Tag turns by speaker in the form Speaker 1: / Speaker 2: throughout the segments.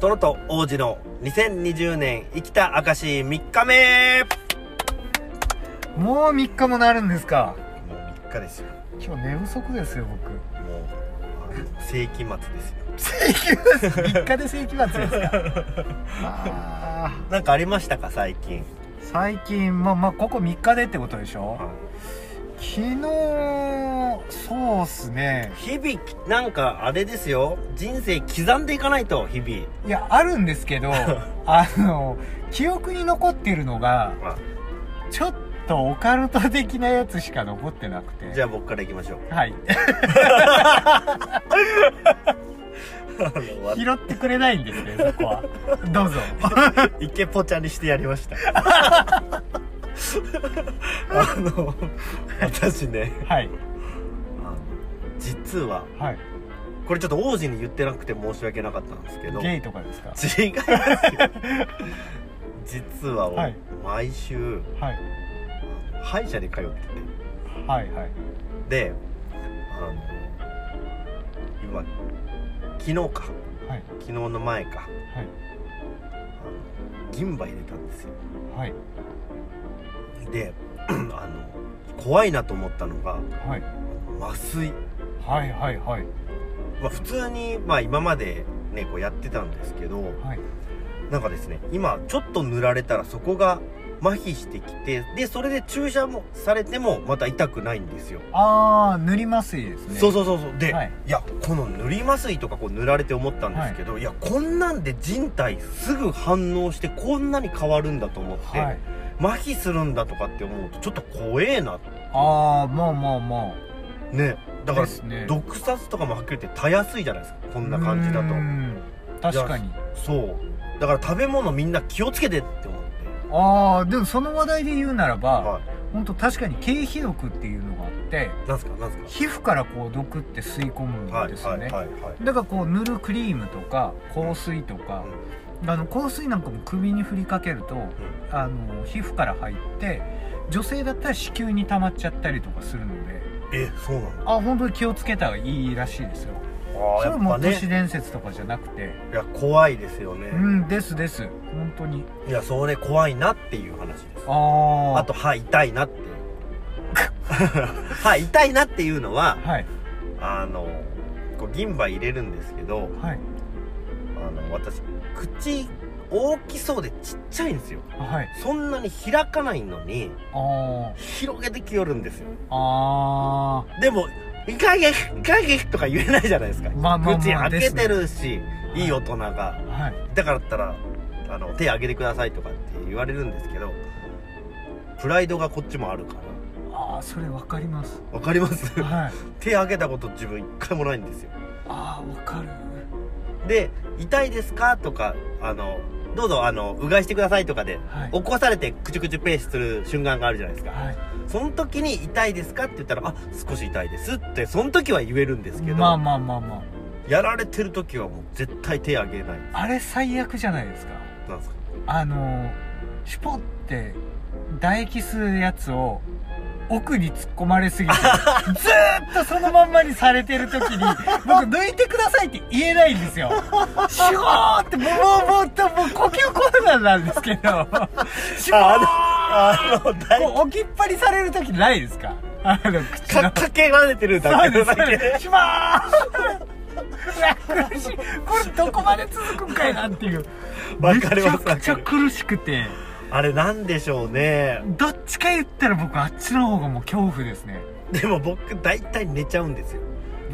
Speaker 1: トロと王子の2020年生きた証3日目
Speaker 2: もう3日もなるんですか
Speaker 1: もう3日ですよ
Speaker 2: 今日寝不足ですよ
Speaker 1: もうあの世紀末ですよ
Speaker 2: 僕世紀末3日で世紀末ですかあー
Speaker 1: なんかありましたか最近
Speaker 2: 最近まあまあここ3日でってことでしょ昨日そうっすね
Speaker 1: 日々なんかあれですよ人生刻んでいかないと日々
Speaker 2: いやあるんで すけどあの記憶に残ってるのがちょっとオカルト的なやつしか残ってなくて
Speaker 1: じゃあ僕からいきましょう
Speaker 2: はい
Speaker 1: あのわ
Speaker 2: 拾ってくれないんですねそこはどうぞ
Speaker 1: 池ポチャにしてやりましたあの私ね
Speaker 2: はい
Speaker 1: あの実は
Speaker 2: はい
Speaker 1: これちょっと王子に言ってなくて申し訳なかったんですけど
Speaker 2: ゲイとかですか
Speaker 1: 違いますよ 実は、
Speaker 2: はい
Speaker 1: 毎週
Speaker 2: はい
Speaker 1: 歯医者に通って
Speaker 2: はいはい
Speaker 1: てであの今昨日か
Speaker 2: はい
Speaker 1: 昨日の前か
Speaker 2: はい
Speaker 1: あの銀歯入れたんですよ
Speaker 2: はい
Speaker 1: で あの怖いなと思ったのが
Speaker 2: はい
Speaker 1: 麻酔、
Speaker 2: はいはいはい
Speaker 1: まあ、普通に、まあ、今までねこうやってたんですけど
Speaker 2: はい
Speaker 1: なんかですね今ちょっと塗られたらそこが麻痺してきてでそれで注射もされてもまた痛くないんですよ
Speaker 2: ああ塗りますですね
Speaker 1: そうそうそうそうで、
Speaker 2: はいい、
Speaker 1: やこの塗り麻酔とかこう塗られて思ったんですけど、い、やこんなんで人体すぐ反応してこんなに変わるんだと思って、
Speaker 2: はい
Speaker 1: 麻痺するんだとかって思うとちょっと怖えな
Speaker 2: ああもうもうも
Speaker 1: ねだか
Speaker 2: うで
Speaker 1: ら、
Speaker 2: すね
Speaker 1: 毒殺とかもはっきり言ってたやすいじゃないですかこんな感じだ
Speaker 2: う
Speaker 1: と
Speaker 2: ん確かに
Speaker 1: そうだから食べ物みんな気をつけてって思って
Speaker 2: ああでもその話題で言うならば
Speaker 1: は
Speaker 2: 本当確かに経皮毒っていうのがあって
Speaker 1: いなんすかなんすか
Speaker 2: 皮膚からこう毒って吸い込むんですよね、
Speaker 1: はいはいはい
Speaker 2: だからこう塗るクリームとか香水とか、あの香水なんかも首に振りかけると、あの皮膚から入って女性だったら子宮に溜まっちゃったりとかするので
Speaker 1: えそうなの
Speaker 2: あ本当に気をつけた方がいいらしいですよ
Speaker 1: あ
Speaker 2: そ
Speaker 1: ー
Speaker 2: れ
Speaker 1: や
Speaker 2: は
Speaker 1: っ
Speaker 2: も
Speaker 1: ぱ
Speaker 2: う都市
Speaker 1: ね
Speaker 2: 伝説とかじゃなくて
Speaker 1: いや怖いですよね、
Speaker 2: うんですです本当に
Speaker 1: いやそれ怖いなっていう話です
Speaker 2: ああ
Speaker 1: あと歯痛いなっていう歯痛いなっていうのは
Speaker 2: はい
Speaker 1: あのこう銀歯入れるんですけど
Speaker 2: はい
Speaker 1: あの私口大きそうでちっちゃいんですよ
Speaker 2: はい
Speaker 1: そんなに開かないのに
Speaker 2: あ
Speaker 1: 広げてきよるんですよ
Speaker 2: ああ
Speaker 1: でも「いかげいかげ」とか言えないじゃないですか、
Speaker 2: まあまあまあ
Speaker 1: 口開けてるし、
Speaker 2: すね
Speaker 1: いい大人が
Speaker 2: ーはい
Speaker 1: だからだったらあの手挙げてくださいとかって言われるんですけどプライドがこっちもあるから
Speaker 2: ああそれわか ります
Speaker 1: わかります
Speaker 2: はい
Speaker 1: 手挙げたこと自分一回もないんですよ
Speaker 2: ああわかる
Speaker 1: で「痛いですか?」とかあの「どうぞあのうがいしてください」とかで
Speaker 2: はい
Speaker 1: 起こされてクチュクチュペースする瞬間があるじゃないですか
Speaker 2: は
Speaker 1: その時に「痛いですか?」って言ったら「あ少し痛いです」ってその時は言えるんです
Speaker 2: い
Speaker 1: けど、
Speaker 2: まあまあまあまあ
Speaker 1: やられてる時はもう絶対手挙げない
Speaker 2: あれ最悪じゃないですか
Speaker 1: なんですか
Speaker 2: あのシュポって唾液吸うやつを奥に突っ込ま れすぎてずーっとそのまんまにされてる時に僕抜いてくださいって言えないんですよシュゴーってもうもうもうもう呼吸困難なんですけどシュ
Speaker 1: あのあの大
Speaker 2: ゴー置きっぱりされる時ないですかあの口
Speaker 1: か
Speaker 2: の
Speaker 1: かけられてるだ
Speaker 2: そう
Speaker 1: けで
Speaker 2: で
Speaker 1: すだ
Speaker 2: そう
Speaker 1: け
Speaker 2: ですしまー苦しいこれどこまで続くんかいなっていう
Speaker 1: わかります
Speaker 2: めちゃくちゃ
Speaker 1: わかる
Speaker 2: 苦しくて
Speaker 1: あれなんでしょうね
Speaker 2: どっちか言ったら僕あっちの方がもう恐怖ですね
Speaker 1: でも僕大体寝ちゃうんですよ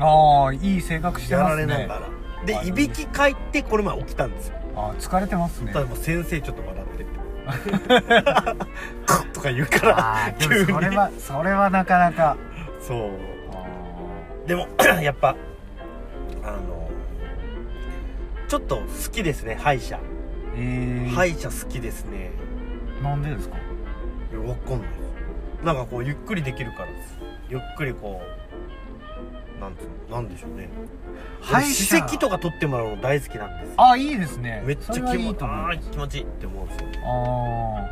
Speaker 2: ああいい性格して
Speaker 1: や
Speaker 2: ま
Speaker 1: ら
Speaker 2: す
Speaker 1: れな
Speaker 2: ね
Speaker 1: がら、
Speaker 2: あ
Speaker 1: でいびきかいてこの前起きたんですよ
Speaker 2: あー疲れてます ね
Speaker 1: ただもう先生ちょっと笑 っててクッとか言うか
Speaker 2: あ
Speaker 1: ら
Speaker 2: ー
Speaker 1: 急に
Speaker 2: でもそれはそれはなかなか
Speaker 1: そう
Speaker 2: あー
Speaker 1: でも やっぱあのちょっと好きですね歯医者
Speaker 2: えー、
Speaker 1: 歯医者好きですね
Speaker 2: なんでですか
Speaker 1: わかんないなんかこうゆっくりできるからですゆっくりこうなんつうのなんでしょうね歯
Speaker 2: 歯医者
Speaker 1: 歯石とか取ってもらうの大好きなんです
Speaker 2: あーいいですね
Speaker 1: めっちゃ
Speaker 2: そ
Speaker 1: 気
Speaker 2: れはい
Speaker 1: 持
Speaker 2: い
Speaker 1: ち
Speaker 2: と
Speaker 1: あ
Speaker 2: 思うあ
Speaker 1: ー気持ちいいって思うんですよ
Speaker 2: あ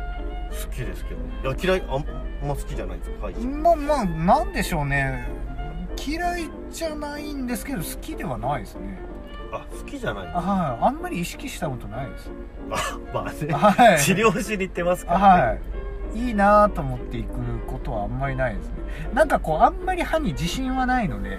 Speaker 1: 好きですけどいや嫌いあんあんま好きじゃないです歯医者
Speaker 2: ーまあまあなんでしょうね嫌いじゃないんですけど好きではないですね
Speaker 1: あ好きじゃないあ
Speaker 2: はいあんまり意識したことないです
Speaker 1: まあね
Speaker 2: はい
Speaker 1: 治療しに行ってますからね
Speaker 2: はいいいなぁと思っていくことはあんまりないですねなんかこうあんまり歯に自信はないの で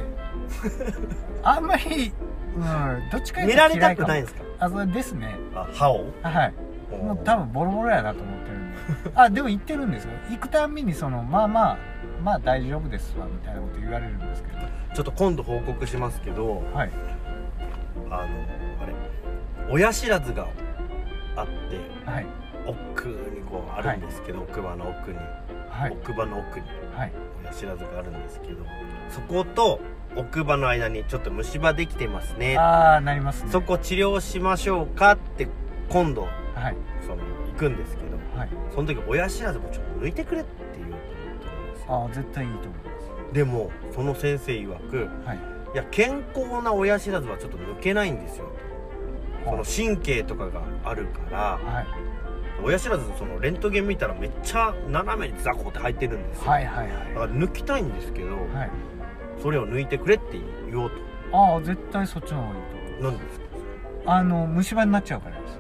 Speaker 2: あんまりうんどっちかいうと
Speaker 1: 見られたくないいん
Speaker 2: か
Speaker 1: です
Speaker 2: も
Speaker 1: か
Speaker 2: あそれですね
Speaker 1: あ歯を
Speaker 2: はいもう多分ボロボロやなと思ってるんであでも行ってるんですよ行くたんびにそのまあまあまあ大丈夫ですわみたいなこと言われるんですけど
Speaker 1: ちょっと今度報告しますけど
Speaker 2: はい
Speaker 1: あのあれ親知らずがあって
Speaker 2: はい
Speaker 1: 奥にこうあるんですけど、奥歯の奥に、
Speaker 2: はい
Speaker 1: 奥歯の奥に
Speaker 2: はい
Speaker 1: 親知らずがあるんですけどそこと奥歯の間にちょっと虫歯できてますね
Speaker 2: ああなりますね
Speaker 1: そこ治療しましょうかって今度
Speaker 2: はい
Speaker 1: その行くんですけど
Speaker 2: はい
Speaker 1: その時親知らずもちょっと抜いてくれって言うと思うんですよ
Speaker 2: ああ絶対いいと思い
Speaker 1: でもその先生曰く
Speaker 2: ますはい
Speaker 1: いや健康な親知らずはちょっと抜けないんですよとその神経とかがあるから
Speaker 2: はい
Speaker 1: 親知らずそのレントゲン見たらめっちゃ斜めにザコって入ってるんですよ、
Speaker 2: はいはいは
Speaker 1: だから抜きたいんですけど、
Speaker 2: いはい
Speaker 1: それを抜いてくれって言おう
Speaker 2: ああ絶対そっちの方がいいと
Speaker 1: となんですか
Speaker 2: あの虫歯になっちゃうからです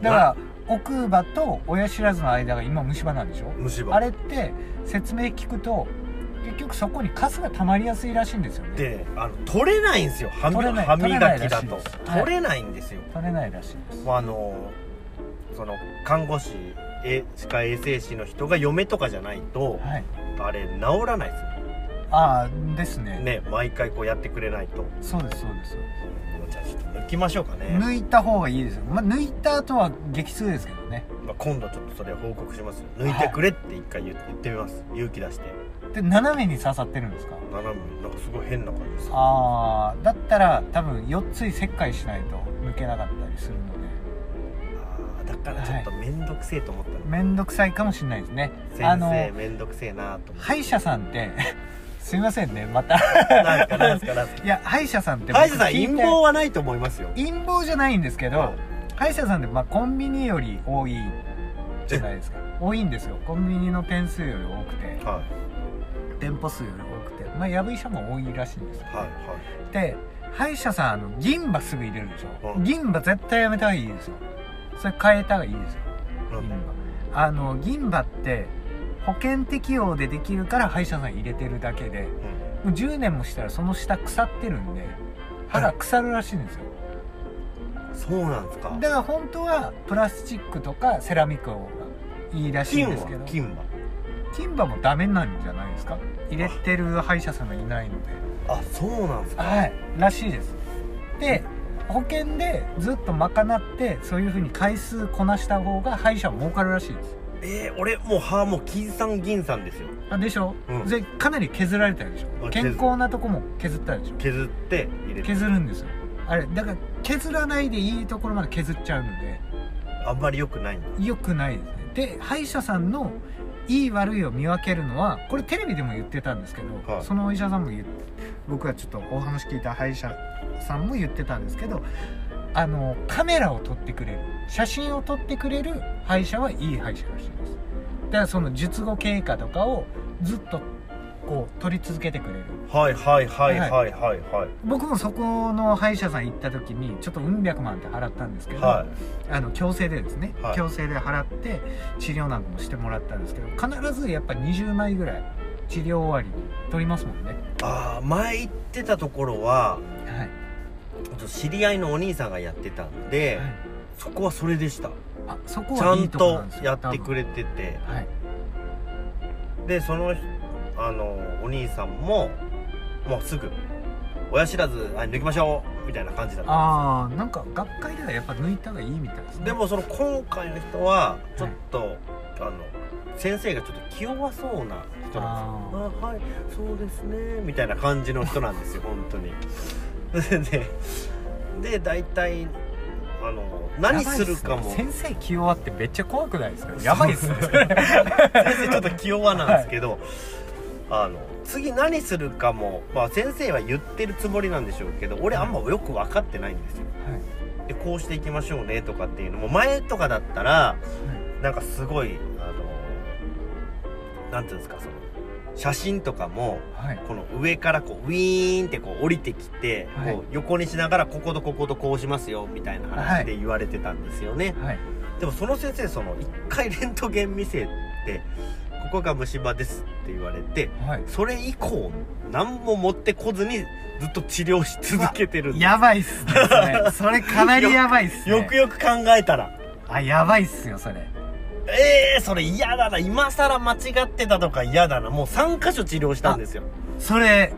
Speaker 2: だから奥歯と親知らずの間が今虫歯なんでしょ
Speaker 1: 虫歯
Speaker 2: あれって説明聞くと結局そこにカスが溜まりやすいらしいんですよね
Speaker 1: であの取れないんですよ歯み
Speaker 2: 取れない
Speaker 1: 歯磨きだ
Speaker 2: 取れないらしい
Speaker 1: と
Speaker 2: ですはい
Speaker 1: 取れないんですよ、
Speaker 2: 取れないらしいです
Speaker 1: まあ、あのその看護師え歯科衛生士の人が嫁とかじゃないと
Speaker 2: はい
Speaker 1: あれ治らないです
Speaker 2: ああですね
Speaker 1: よね毎回こうやってくれないと
Speaker 2: そうですそうです
Speaker 1: じゃあちょっと抜きましょうかね、
Speaker 2: 抜いた方がいいですよ、まあ、抜いた後は激痛ですけどね
Speaker 1: まあ、今度ちょっとそれ報告しますよ抜いてくれって一回言言ってみます勇気出して
Speaker 2: で斜めに刺さってるんですか
Speaker 1: 斜めなんかすごい変な感じです
Speaker 2: ああだったら多分4つに切開しないと抜けなかったりするので
Speaker 1: あーだからちょっと面倒くせえと思ったの、
Speaker 2: めんどくさいかもしれないですねあ
Speaker 1: 先
Speaker 2: の
Speaker 1: 生面倒くせえなと思って
Speaker 2: 歯医者さんって すいませんねまた
Speaker 1: なんすかなんすかなんすか
Speaker 2: いや歯医者さんって僕
Speaker 1: 歯医者さん
Speaker 2: 聞い
Speaker 1: 陰
Speaker 2: て
Speaker 1: 謀はないと思いますよ
Speaker 2: 陰謀じゃないんですけど、歯医者さんってまあコンビニより多いじゃないですか多いんですよコンビニの点数より多くて
Speaker 1: は
Speaker 2: 店舗数より多くてまあやぶ医者も多いらしいんですよ
Speaker 1: いはい
Speaker 2: で歯医者さんあの銀歯すぐ入れるでしょ、
Speaker 1: うん
Speaker 2: 銀歯絶対やめた方がいいですよそれ変えた方がいいですよ
Speaker 1: はい
Speaker 2: 銀歯あの銀歯って保険適用でできるから歯医者さん入れてるだけで
Speaker 1: うん
Speaker 2: もう10年もしたらその下腐ってるんで歯が腐るらしいんですよ
Speaker 1: そうなんですか
Speaker 2: だから本当はプラスチックとかセラミックをいいらしい
Speaker 1: 金
Speaker 2: んですけど
Speaker 1: は金は
Speaker 2: 金歯もダメなんじゃないですか入れてる歯医者さんがいないので
Speaker 1: あそうなんですか
Speaker 2: はいらしいですで保険でずっと賄ってそういうふうに回数こなした方が歯医者は儲かるらしいです
Speaker 1: えー、俺もう歯もう金さん銀さんですよ
Speaker 2: あでしょ、
Speaker 1: うん
Speaker 2: でかなり削られたでしょ
Speaker 1: あ
Speaker 2: 健康なとこも削ったでしょ
Speaker 1: 削って入れる
Speaker 2: 削るんですよあれだから削らないでいいところまで削っちゃうので
Speaker 1: あんまり良くないんだ
Speaker 2: 良くないですねで歯医者さんのいい悪いを見分けるのはこれテレビでも言ってたんですけど、
Speaker 1: はい
Speaker 2: そのお医者さんも言って僕はちょっとお話聞いた歯医者さんも言ってたんですけどあのカメラを撮ってくれる写真を撮ってくれる歯医者はいい歯医者らしいですだからその術後経過とかをずっとこう撮り続けてくれる
Speaker 1: はいはいはいはいはいはい
Speaker 2: 僕もそこの歯医者さん行った時にちょっとうん百万って払ったんですけど、
Speaker 1: は
Speaker 2: あの強制でですね、
Speaker 1: はい
Speaker 2: 強制で払って治療なんかもしてもらったんですけど必ずやっぱ20枚ぐらい治療終わりに取りますもんね
Speaker 1: いああ前行ってたところは
Speaker 2: はい、
Speaker 1: ちょっと知り合いのお兄さんがやってたんで、
Speaker 2: はい
Speaker 1: そこはそれでした
Speaker 2: あそこ
Speaker 1: ちゃ
Speaker 2: はいい
Speaker 1: ん
Speaker 2: とことなんです
Speaker 1: や
Speaker 2: よ
Speaker 1: ってくれてて
Speaker 2: 多分はい
Speaker 1: でそのあのお兄さんももうすぐ「親知らず、はい、抜きましょう」みたいな感じだった
Speaker 2: ああなんか学会ではやっぱ抜いた方がいいみたいですね
Speaker 1: でもその今回の人はちょっと、あの先生がちょっと気弱そうな人なんですよあはいそうですねみたいな感じの人なん ですよ本当にでで大体あの何するかも
Speaker 2: やばいっすね先生気弱ってめっちゃ怖くないですか
Speaker 1: そう
Speaker 2: やば いっすねそれ
Speaker 1: 先生ちょっと気弱なんですけど、あの次何するかも、まあ、先生は言ってるつもりなんでしょうけど俺あんまよく分かってないんですよでこうしていきましょうねとかっていうのも前とかだったらなんかすごいあのなんていうんですかその写真とかも
Speaker 2: はい
Speaker 1: この上からこうウィーンってこう降りてきて、
Speaker 2: はい
Speaker 1: こう横にしながらこことこことこうしますよみたいな話で言われてたんですよね、
Speaker 2: はい
Speaker 1: でもその先生その一回レントゲン見せて「ここが虫歯です」って言われて
Speaker 2: はい
Speaker 1: それ以降何も持ってこずにずっと治療し続けてるん です
Speaker 2: やばいっすねそれそれかなりやばいっすね
Speaker 1: よくよく考えたら
Speaker 2: あやばいっすよそれ
Speaker 1: ええー、それ嫌だな今更間違ってたとか嫌だなもう3箇所治療したんですよ
Speaker 2: それ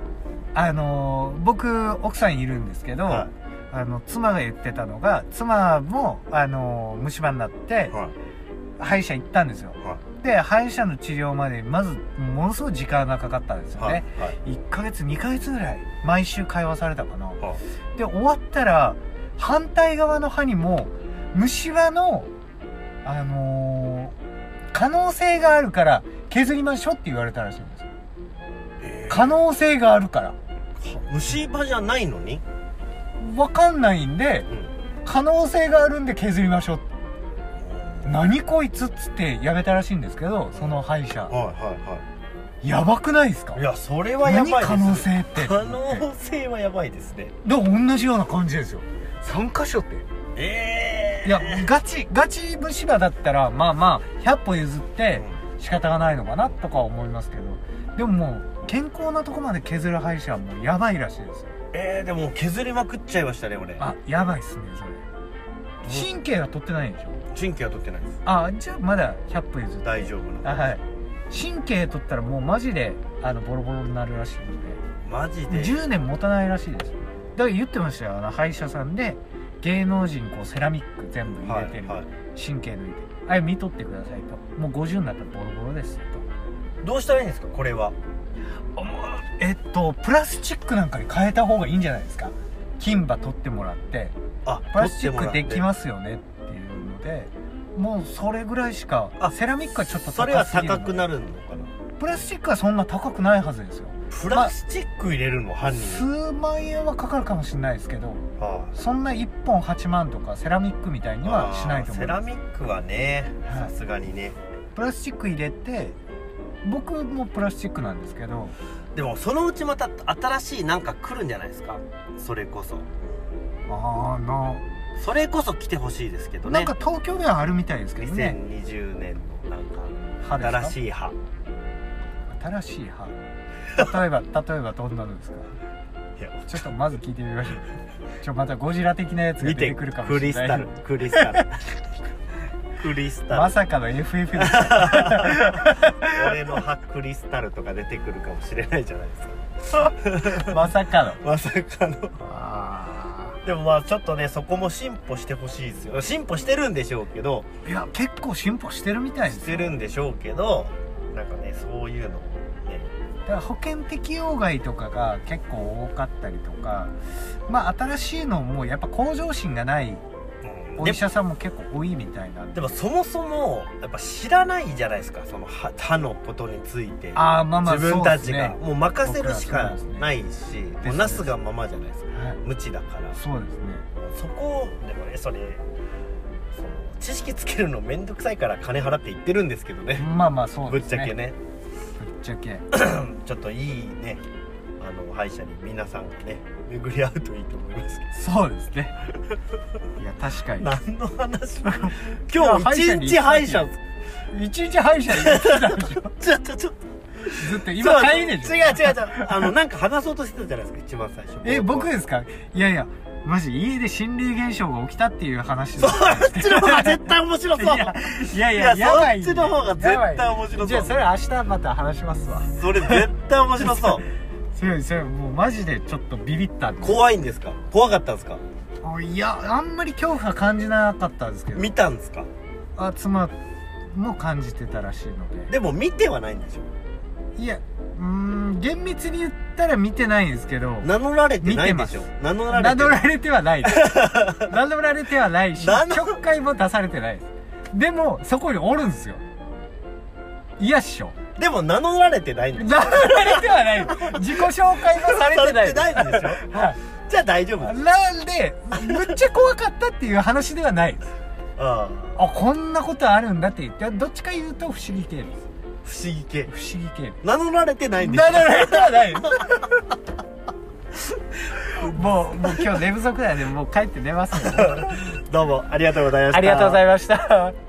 Speaker 2: あのー僕奥さんいるんですけど、
Speaker 1: は
Speaker 2: あの妻が言ってたのが妻もあのー虫歯になって
Speaker 1: いはい
Speaker 2: 歯医者行ったんですよ
Speaker 1: は
Speaker 2: で歯医者の治療までまずものすごい時間がかかったんですよね、
Speaker 1: はいはい
Speaker 2: 1ヶ月2ヶ月ぐらい毎週会話されたかな
Speaker 1: は
Speaker 2: で終わったら反対側の歯にも虫歯のあのー可能性があるから削りましょうって言われたらしいんですよ
Speaker 1: え
Speaker 2: 可能性があるから
Speaker 1: ー虫歯じゃないのに、
Speaker 2: わかんないんで
Speaker 1: うん、
Speaker 2: 可能性があるんで削りましょう何こいつっつってやめたらしいんですけどその歯医者
Speaker 1: はいはいは
Speaker 2: やばくないですか
Speaker 1: いいやそれはや
Speaker 2: 何
Speaker 1: ばいです
Speaker 2: 可能性って
Speaker 1: 可能性はやばいですね
Speaker 2: で同じような感じですよ3箇所って
Speaker 1: ええ
Speaker 2: いやガチガチ虫歯だったらまあまあ100歩譲って仕方がないのかなとか思いますけどでももう健康なとこまで削る歯医者はもうやばいらしいですよ
Speaker 1: えー、でも削りまくっちゃいましたね俺
Speaker 2: あやばいっすねそれ神経は取ってないんでしょ
Speaker 1: 神経は取ってないです
Speaker 2: あじゃあまだ100歩譲って
Speaker 1: 大丈夫
Speaker 2: あ
Speaker 1: なの
Speaker 2: はい神経取ったらもうマジであのボロボロになるらしいので
Speaker 1: マジで
Speaker 2: 10年持たないらしいですよだから言ってましたよあの歯医者さんで芸能人こうセラミック全部入れてる、
Speaker 1: はいはい
Speaker 2: 神経抜いてあれ見とってくださいともう50になったらボロボロですよ
Speaker 1: どうしたらいいんですかこれは
Speaker 2: とえっとプラスチックなんかに変えた方がいいんじゃないですか金歯取ってもらって
Speaker 1: あ
Speaker 2: プラスチックでき
Speaker 1: す
Speaker 2: ますよねっていうのでもうそれぐらいしか
Speaker 1: あ
Speaker 2: セラミックはちょっと
Speaker 1: それは
Speaker 2: 高すぎるの
Speaker 1: 高くなるのかな
Speaker 2: プラスチックはそんな高くないはずですよ
Speaker 1: プラスチック入れるの犯人
Speaker 2: 数万円はかかるかもしれないですけど
Speaker 1: は
Speaker 2: そんな1本8万とかセラミックみたいにはしないと思
Speaker 1: セ
Speaker 2: い
Speaker 1: ラ
Speaker 2: ます
Speaker 1: ミックはねさ
Speaker 2: はい
Speaker 1: すがにね
Speaker 2: プラスチック入れて僕もプラスチックなんですけど
Speaker 1: でもそのうちまた新しいなんか来るんじゃないですかそれこそ
Speaker 2: ああな
Speaker 1: それこそ来てほしいですけど
Speaker 2: な
Speaker 1: ね
Speaker 2: んか東京ではあるみたいですけどね
Speaker 1: 2020年のなんか
Speaker 2: 歯ですか
Speaker 1: 新しい歯
Speaker 2: 新しい歯例えば例えばどんなのですか
Speaker 1: いや
Speaker 2: ちょっとまず聞いてみましょう ちょまたゴジラ的なやつが
Speaker 1: 見
Speaker 2: 出
Speaker 1: て
Speaker 2: てくるかも
Speaker 1: クリ
Speaker 2: し
Speaker 1: ス
Speaker 2: れ
Speaker 1: タ
Speaker 2: ない
Speaker 1: ルクリスタ ルクリスタ
Speaker 2: ま
Speaker 1: ル
Speaker 2: さかの FF ですよ
Speaker 1: 俺の歯クリスタルとか出てくるかもしれないじゃないですか
Speaker 2: まさかの
Speaker 1: まさかの
Speaker 2: あ
Speaker 1: でもまあちょっとねそこも進歩してほしいですよ進歩してるんでしょうけど
Speaker 2: ーいや結構進歩してるみたいで
Speaker 1: し
Speaker 2: す
Speaker 1: て
Speaker 2: よ
Speaker 1: るんでしょうけどなんかねそういうのをね
Speaker 2: だから保険適用外とかが結構多かったりとかまあ新しいのもやっぱ向上心がない
Speaker 1: うん
Speaker 2: お
Speaker 1: で
Speaker 2: 医者さんも結構多いみたいなんで
Speaker 1: でもそもそもやっぱ知らないじゃないですかその歯歯のことについて
Speaker 2: ああまあまあ
Speaker 1: 自分たち
Speaker 2: そう
Speaker 1: が
Speaker 2: ですね
Speaker 1: もう任せるしかないし
Speaker 2: すね
Speaker 1: もうなすがままじゃないですか
Speaker 2: はい
Speaker 1: 無知だから
Speaker 2: そうですね
Speaker 1: そこをでもねそれその知識つけるのめんどくさいから金払って言ってるんですけどね
Speaker 2: まあまあそう
Speaker 1: ぶ
Speaker 2: で
Speaker 1: っ
Speaker 2: す
Speaker 1: ち
Speaker 2: ね
Speaker 1: ゃけね
Speaker 2: ぶっちゃけ
Speaker 1: ちょっといいねあの歯医者に皆さんがね巡り合うといいと思いますけ
Speaker 2: そうです ねいや確か
Speaker 1: ど
Speaker 2: に
Speaker 1: 何の話
Speaker 2: や
Speaker 1: 今
Speaker 2: 歯医
Speaker 1: 日一日
Speaker 2: 者に
Speaker 1: 歯医者
Speaker 2: 一日歯医者に行ってたでしょ
Speaker 1: ちょっとちょっと
Speaker 2: ずっと今帰りでしょ
Speaker 1: 違う違う違うあのなんか話そうとしてたじゃないですか一番最初
Speaker 2: え僕ですかいやいやマジ家で心霊現象が起きたっていう話
Speaker 1: そ
Speaker 2: だ
Speaker 1: っちの方が絶対面白そう
Speaker 2: いやいやいや
Speaker 1: いや
Speaker 2: やばいんで
Speaker 1: そっちの方が絶対
Speaker 2: やばいんで
Speaker 1: 面白そう
Speaker 2: じゃあそれ明日また話しますわ
Speaker 1: それ絶対面 白そう
Speaker 2: それそれもうマジでちょっとビビったんで
Speaker 1: 怖いんですか怖かったんですか
Speaker 2: いやあんまり恐怖は感じなかったんですけど
Speaker 1: 見たんですか
Speaker 2: あ妻も感じてたらしいので
Speaker 1: でも見てはないんでしょ
Speaker 2: いやうーん厳密に言ったら見てないんですけど
Speaker 1: 名乗られてないんでしょ
Speaker 2: 見
Speaker 1: 名乗られ
Speaker 2: 名
Speaker 1: て
Speaker 2: 乗
Speaker 1: る
Speaker 2: られてはないです 名乗られてはないし
Speaker 1: 名乗
Speaker 2: 曲解も出されてないですでもそこにおるんですよいやっしょ
Speaker 1: でも名乗られてないんで
Speaker 2: 名
Speaker 1: しょ
Speaker 2: 乗られてはない自己紹介もされてない
Speaker 1: されてないんでしょ
Speaker 2: はい
Speaker 1: じゃあ大丈夫です
Speaker 2: なんでむっちゃ怖かったっていう話ではないです
Speaker 1: あ
Speaker 2: あこんなことあるんだって言ってどっちか言うと不思議系です
Speaker 1: あ不思議系
Speaker 2: 不思議系
Speaker 1: 名乗られてないんです
Speaker 2: ななななない もうもう今日寝不足だよねもう帰って寝ますよ
Speaker 1: どうもありがとうございました
Speaker 2: ありがとうございました